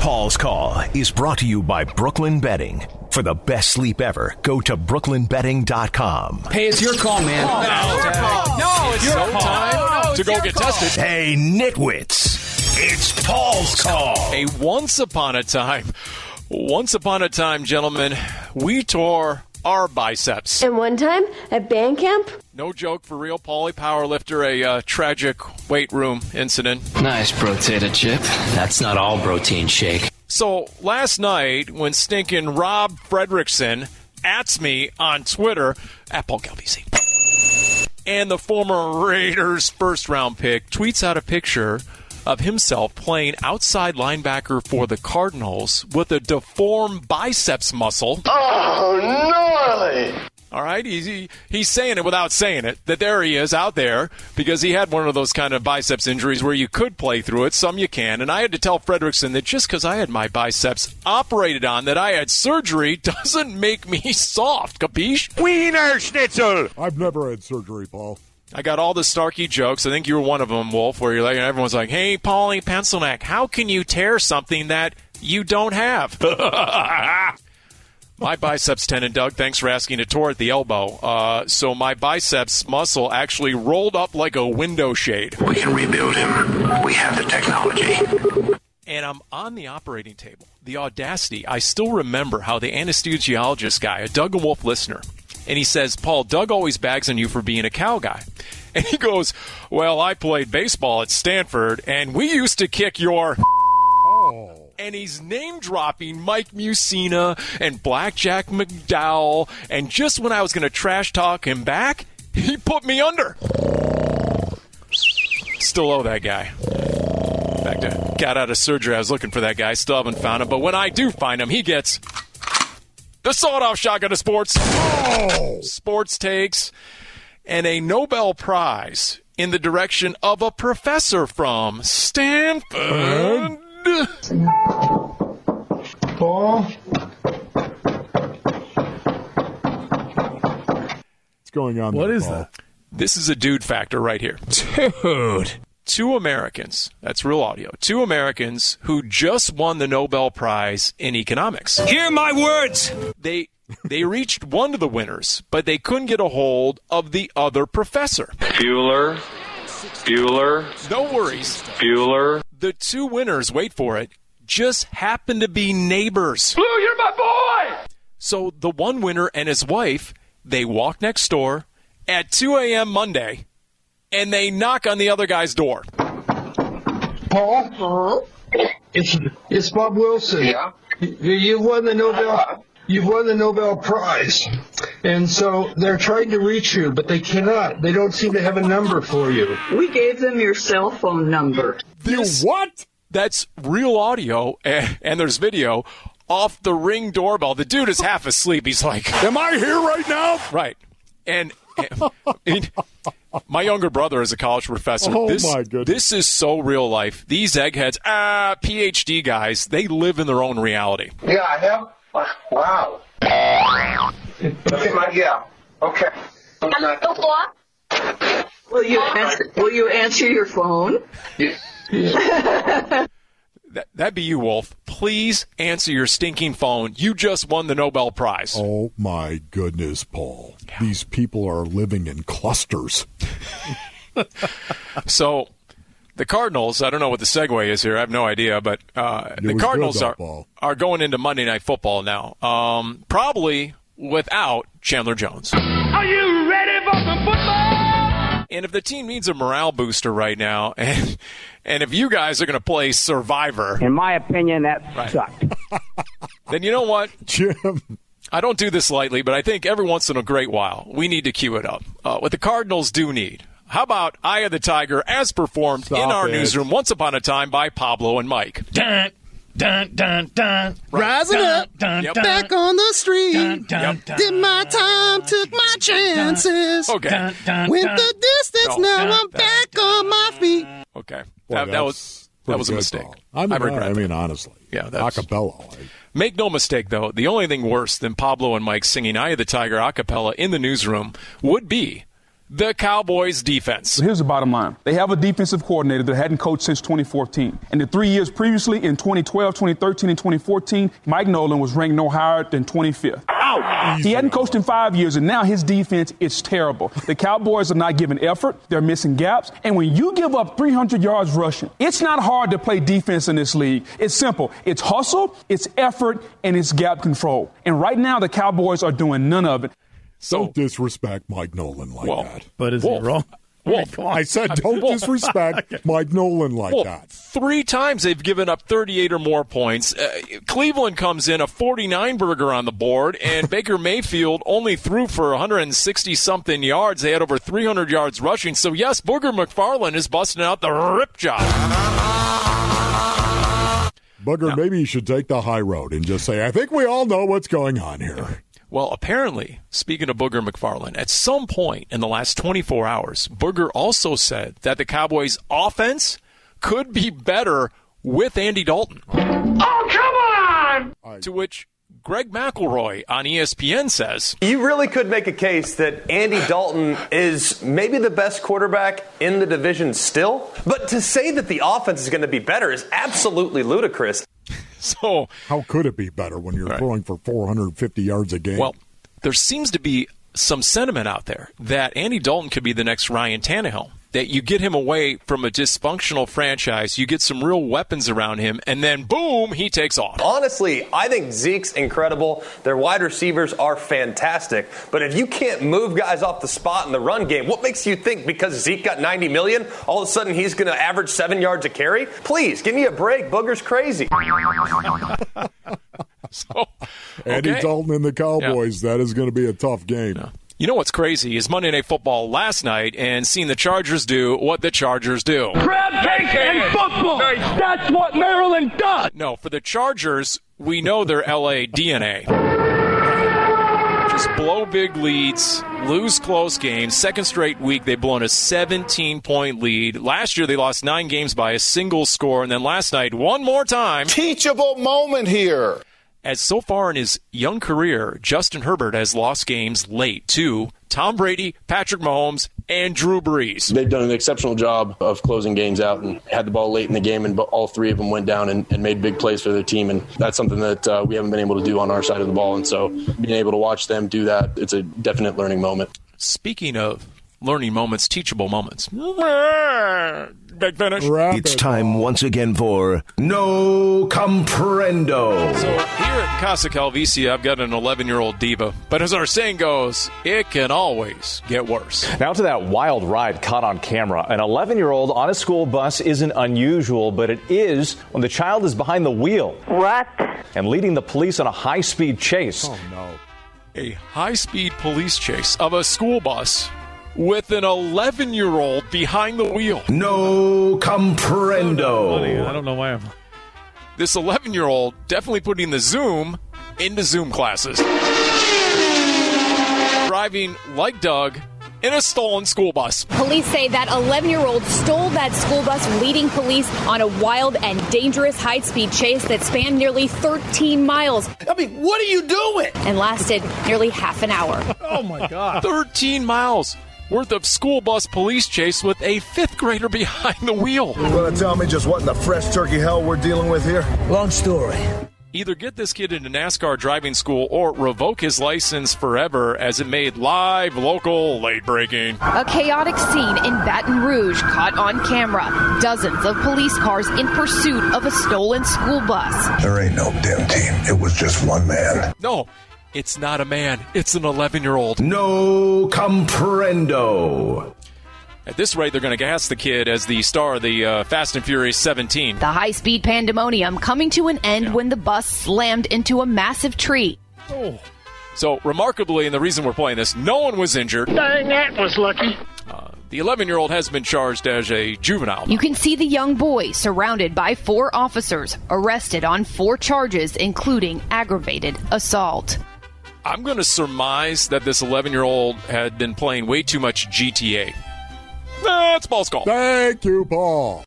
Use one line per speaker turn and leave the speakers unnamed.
Paul's Call is brought to you by Brooklyn Betting. For the best sleep ever, go to brooklynbetting.com.
Hey, it's your call, man.
No, it's
your
no
call.
time to go get tested.
Hey, nitwits, it's Paul's Call.
A once upon a time, once upon a time, gentlemen, we tore our biceps.
And one time at band camp,
No joke for real, Paulie Powerlifter, a uh, tragic weight room incident.
Nice potato chip. That's not all protein shake.
So last night, when stinking Rob Fredrickson ats me on Twitter at Paul Galvisi, and the former Raiders first round pick tweets out a picture of himself playing outside linebacker for the Cardinals with a deformed biceps muscle. All right, he's, he, he's saying it without saying it that there he is out there because he had one of those kind of biceps injuries where you could play through it, some you can. And I had to tell Fredrickson that just because I had my biceps operated on, that I had surgery, doesn't make me soft. Capiche?
Wiener Schnitzel.
I've never had surgery, Paul.
I got all the Starkey jokes. I think you were one of them, Wolf, where you're like, everyone's like, hey, Paulie Pencilneck, how can you tear something that you don't have? my biceps tendon, Doug, thanks for asking, it tore at the elbow. Uh, so my biceps muscle actually rolled up like a window shade.
We can rebuild him. We have the technology.
and I'm on the operating table. The audacity. I still remember how the anesthesiologist guy, a Doug and Wolf listener, and he says, Paul, Doug always bags on you for being a cow guy. And he goes, Well, I played baseball at Stanford, and we used to kick your. And he's name dropping Mike Musina and Blackjack McDowell. And just when I was going to trash talk him back, he put me under. Still owe that guy. In fact, I got out of surgery. I was looking for that guy. Still haven't found him. But when I do find him, he gets the sawed-off shotgun of sports, sports takes, and a Nobel Prize in the direction of a professor from Stanford.
Paul?
What's going on?
What
there,
is
Paul?
that?
This is a dude factor right here.
Dude.
two Americans, that's real audio, two Americans who just won the Nobel Prize in economics. Hear my words. They they reached one of the winners, but they couldn't get a hold of the other professor.
Bueller. Bueller.
No worries.
Bueller.
The two winners, wait for it, just happened to be neighbors. Blue, you're my boy! So the one winner and his wife, they walk next door at 2 a.m. Monday and they knock on the other guy's door.
Paul? It's, it's Bob Wilson. Yeah. You, you won the Nobel. You've won the Nobel Prize, and so they're trying to reach you, but they cannot. They don't seem to have a number for you.
We gave them your cell phone number.
You what?
That's real audio, and, and there's video off the ring doorbell. The dude is half asleep. He's like,
Am I here right now?
right. And, and- I mean, my younger brother is a college professor.
Oh,
this,
my goodness.
This is so real life. These eggheads, ah, PhD guys, they live in their own reality.
Yeah, I have. Wow. yeah. Okay.
Oh,
Will you answer, will you answer your phone?
That, that'd be you, Wolf. Please answer your stinking phone. You just won the Nobel Prize.
Oh my goodness, Paul. These people are living in clusters.
So the Cardinals, I don't know what the segue is here. I have no idea, but uh, the
was
Cardinals
good,
are
Ball.
are going into Monday Night Football now, um, probably without Chandler Jones.
Are you ready for some football?
And if the team needs a morale booster right now, and and if you guys are going to play Survivor,
In my opinion, that
Right.
sucked.
then you know what?
Jim,
I don't do this lightly, but I think every once in a great while we need to cue it up. Uh, what the Cardinals do need. How about Eye of the Tiger as performed in our
it.
newsroom once upon a time by Pablo and Mike?
Dun, dun, dun, dun.
Rising
Dun,
up,
dun,
Yep.
dun.
back on the street.
Dun, dun,
Yep.
dun.
Did my time, took my chances.
Okay.
Dun, dun,
Went
dun.
the distance,
No.
now
Dun,
I'm back on my feet.
Okay.
Boy,
that, that
that's
was that
pretty
was a
good,
mistake.
Paul. I mean,
I regret
I
that.
mean honestly.
Yeah, that's-
acapella. I-
Make no mistake, though, the only thing worse than Pablo and Mike singing Eye of the Tiger a cappella in the newsroom would be the Cowboys defense.
So here's the bottom line. They have a defensive coordinator that hadn't coached since 2014. And the three years previously, in 2012, 2013, and 2014, Mike Nolan was ranked no higher than 25th. Out. He hadn't coached in five years, and now his defense is terrible. The Cowboys are not giving effort. They're missing gaps. And when you give up 300 yards rushing, it's not hard to play defense in this league. It's simple. It's hustle, it's effort, and it's gap control. And right now, the Cowboys are doing none of it.
So don't disrespect Mike Nolan like
Wolf.
that.
Oh, But is he Wolf. wrong?
Wolf.
I said don't
Wolf.
disrespect Mike Nolan like
Well,
that.
Three times they've given up 38 or more points. Uh, Cleveland comes in a 49 burger on the board, and Baker Mayfield only threw for 160 something yards. They had over 300 yards rushing. So, yes, Booger McFarland is busting out the rip job.
Bugger, maybe you should take the high road and just say, I think we all know what's going on here.
Well, apparently, speaking of Booger McFarland, at some point in the last 24 hours, Booger also said that the Cowboys' offense could be better with Andy Dalton.
Oh, come
on! To which Greg McElroy on E ESPN says,
You really could make a case that Andy Dalton is maybe the best quarterback in the division still, but to say that the offense is going to be better is absolutely ludicrous.
So,
How could it be better when you're throwing for 450 yards a game?
Well, there seems to be some sentiment out there that Andy Dalton could be the next Ryan Tannehill. That you get him away from a dysfunctional franchise, you get some real weapons around him, and then boom, he takes off.
Honestly, I think Zeke's incredible. Their wide receivers are fantastic. But if you can't move guys off the spot in the run game, what makes you think because Zeke got 90 million, all of a sudden he's going to average seven yards a carry? Please, give me a break. Booger's crazy.
So,
Andy
okay.
Dalton and the Cowboys, that is going to be a tough game.
You know what's crazy is Monday Night Football last night and seeing the Chargers do what the Chargers do.
Crab cake and football. That's what Maryland does.
No, for the Chargers, we know their LA DNA. Just blow big leads, lose close games. Second straight week, they've blown a 17 point lead. Last year, they lost nine games by a single score. And then last night, one more time.
Teachable moment here.
As so far in his young career, Justin Herbert has lost games late to Tom Brady, Patrick Mahomes, and Drew Brees.
They've done an exceptional job of closing games out and had the ball late in the game, and all three of them went down and, and made big plays for their team. And that's something that uh, we haven't been able to do on our side of the ball. And so being able to watch them do that, it's a definite learning moment.
Speaking of learning moments, teachable moments. Big finish.
It's time once again for No Comprendo.
Here at Casa Calvici, I've got an 11 year old diva. But as our saying goes, it can always get worse.
Now to that wild ride caught on camera. An 11 year old on a school bus isn't unusual, but it is when the child is behind the wheel. What? And leading the police on a high speed chase. Oh,
no.
A high speed police chase of a school bus with an 11 year old behind the wheel.
No Comprendo.
I don't know why I'm.
This 11 year old definitely putting the Zoom into Zoom classes. Driving like Doug in a stolen school bus.
Police say that 11 year old stole that school bus, leading police on a wild and dangerous high speed chase that spanned nearly 13 miles. I mean, what are you doing? And lasted nearly half an hour.
Oh, my God.
13 miles worth of school bus police chase with a fifth grader behind the wheel.
You want to tell me just what in the fresh turkey hell we're dealing with here? Long story.
Either get this kid into NASCAR driving school or revoke his license forever as it made live, local, late breaking.
A chaotic scene in Baton Rouge caught on camera. Dozens of police cars in pursuit of a stolen school bus.
There ain't no dim team. It was just one man.
No, it's not a man, it's an 11 year old.
No Comprendo.
At this rate, they're going to gas the kid as the star of the uh, Fast and Furious 17.
The high speed pandemonium coming to an end when the bus slammed into a massive tree.
So, remarkably, and the reason we're playing this, no one was injured. Uh,
Dang, that was lucky.
The 11 year old has been charged as a juvenile.
You can see the young boy surrounded by four officers, arrested on four charges, including aggravated assault.
I'm going to surmise that this 11 year old had been playing way too much GTA. That's Paul's call.
Thank you, Paul.